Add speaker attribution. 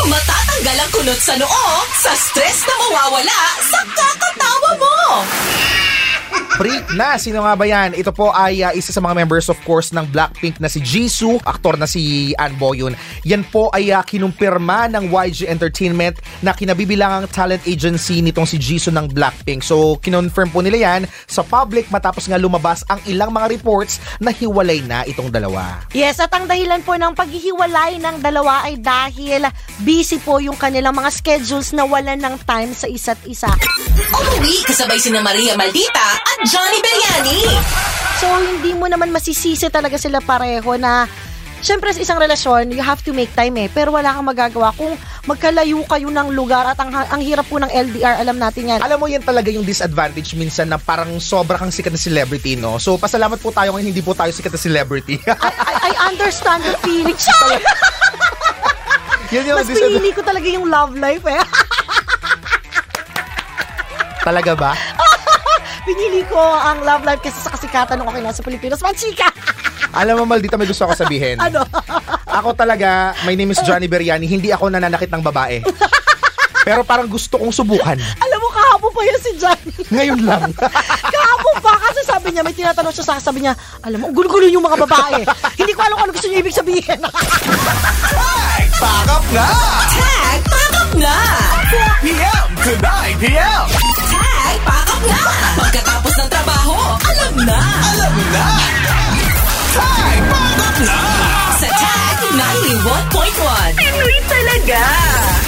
Speaker 1: Tanggal ang kunot sa noo sa stress na mawawala sa kakatawa mo.
Speaker 2: Freak na, sino nga ba yan? Ito po ay ah, isa sa mga members of course ng Blackpink na si Jisoo, aktor na si An Boyun. Yan po ay ah, kinumpirma ng YG Entertainment na kinabibilangang talent agency nitong si Jisoo ng Blackpink. So, kinonfirm po nila yan sa public matapos nga lumabas ang ilang mga reports na hiwalay na itong dalawa.
Speaker 3: Yes, at ang dahilan po ng paghihiwalay ng dalawa ay dahil busy po yung kanilang mga schedules na wala ng time sa isa't isa.
Speaker 1: Umuwi kasabay sina Maria Maldita at Johnny Belliani.
Speaker 3: So, hindi mo naman masisisi talaga sila pareho na Siyempre, sa isang relasyon, you have to make time eh. Pero wala kang magagawa kung magkalayo kayo ng lugar at ang, ang hirap po ng LDR, alam natin yan.
Speaker 2: Alam mo yan talaga yung disadvantage minsan na parang sobra kang sikat na celebrity, no? So, pasalamat po tayo ngayon hindi po tayo sikat na celebrity.
Speaker 3: I, I, I understand the feeling. Sorry!
Speaker 2: Yan yung
Speaker 3: Mas
Speaker 2: disadvantage.
Speaker 3: pinili ko talaga yung love life eh.
Speaker 2: Talaga ba?
Speaker 3: pinili ko ang love life kasi sa kasikatan nung ako nasa Pilipinas. Mansika!
Speaker 2: Alam mo, Maldita, may gusto ako sabihin.
Speaker 3: Ano?
Speaker 2: Ako talaga, my name is Johnny Beriani, hindi ako nananakit ng babae. Pero parang gusto kong subukan.
Speaker 3: Alam mo, kahapon pa yan si Johnny.
Speaker 2: Ngayon lang.
Speaker 3: Kahapon pa kasi sabi niya, may tinatanong siya sa akin, sabi niya, alam mo, ang gulo-gulo yung mga babae. Hindi ko alam kung ano gusto niya ibig sabihin.
Speaker 4: Pack up na!
Speaker 1: Tag, pakap na!
Speaker 4: 4 p.m. to 9 p.m.
Speaker 1: Tag, pakap na! Pagkatapos ng trabaho, alam na!
Speaker 4: Alam na! Tag! Pack up na!
Speaker 1: Sa Tag 91.1. Pinoy talaga!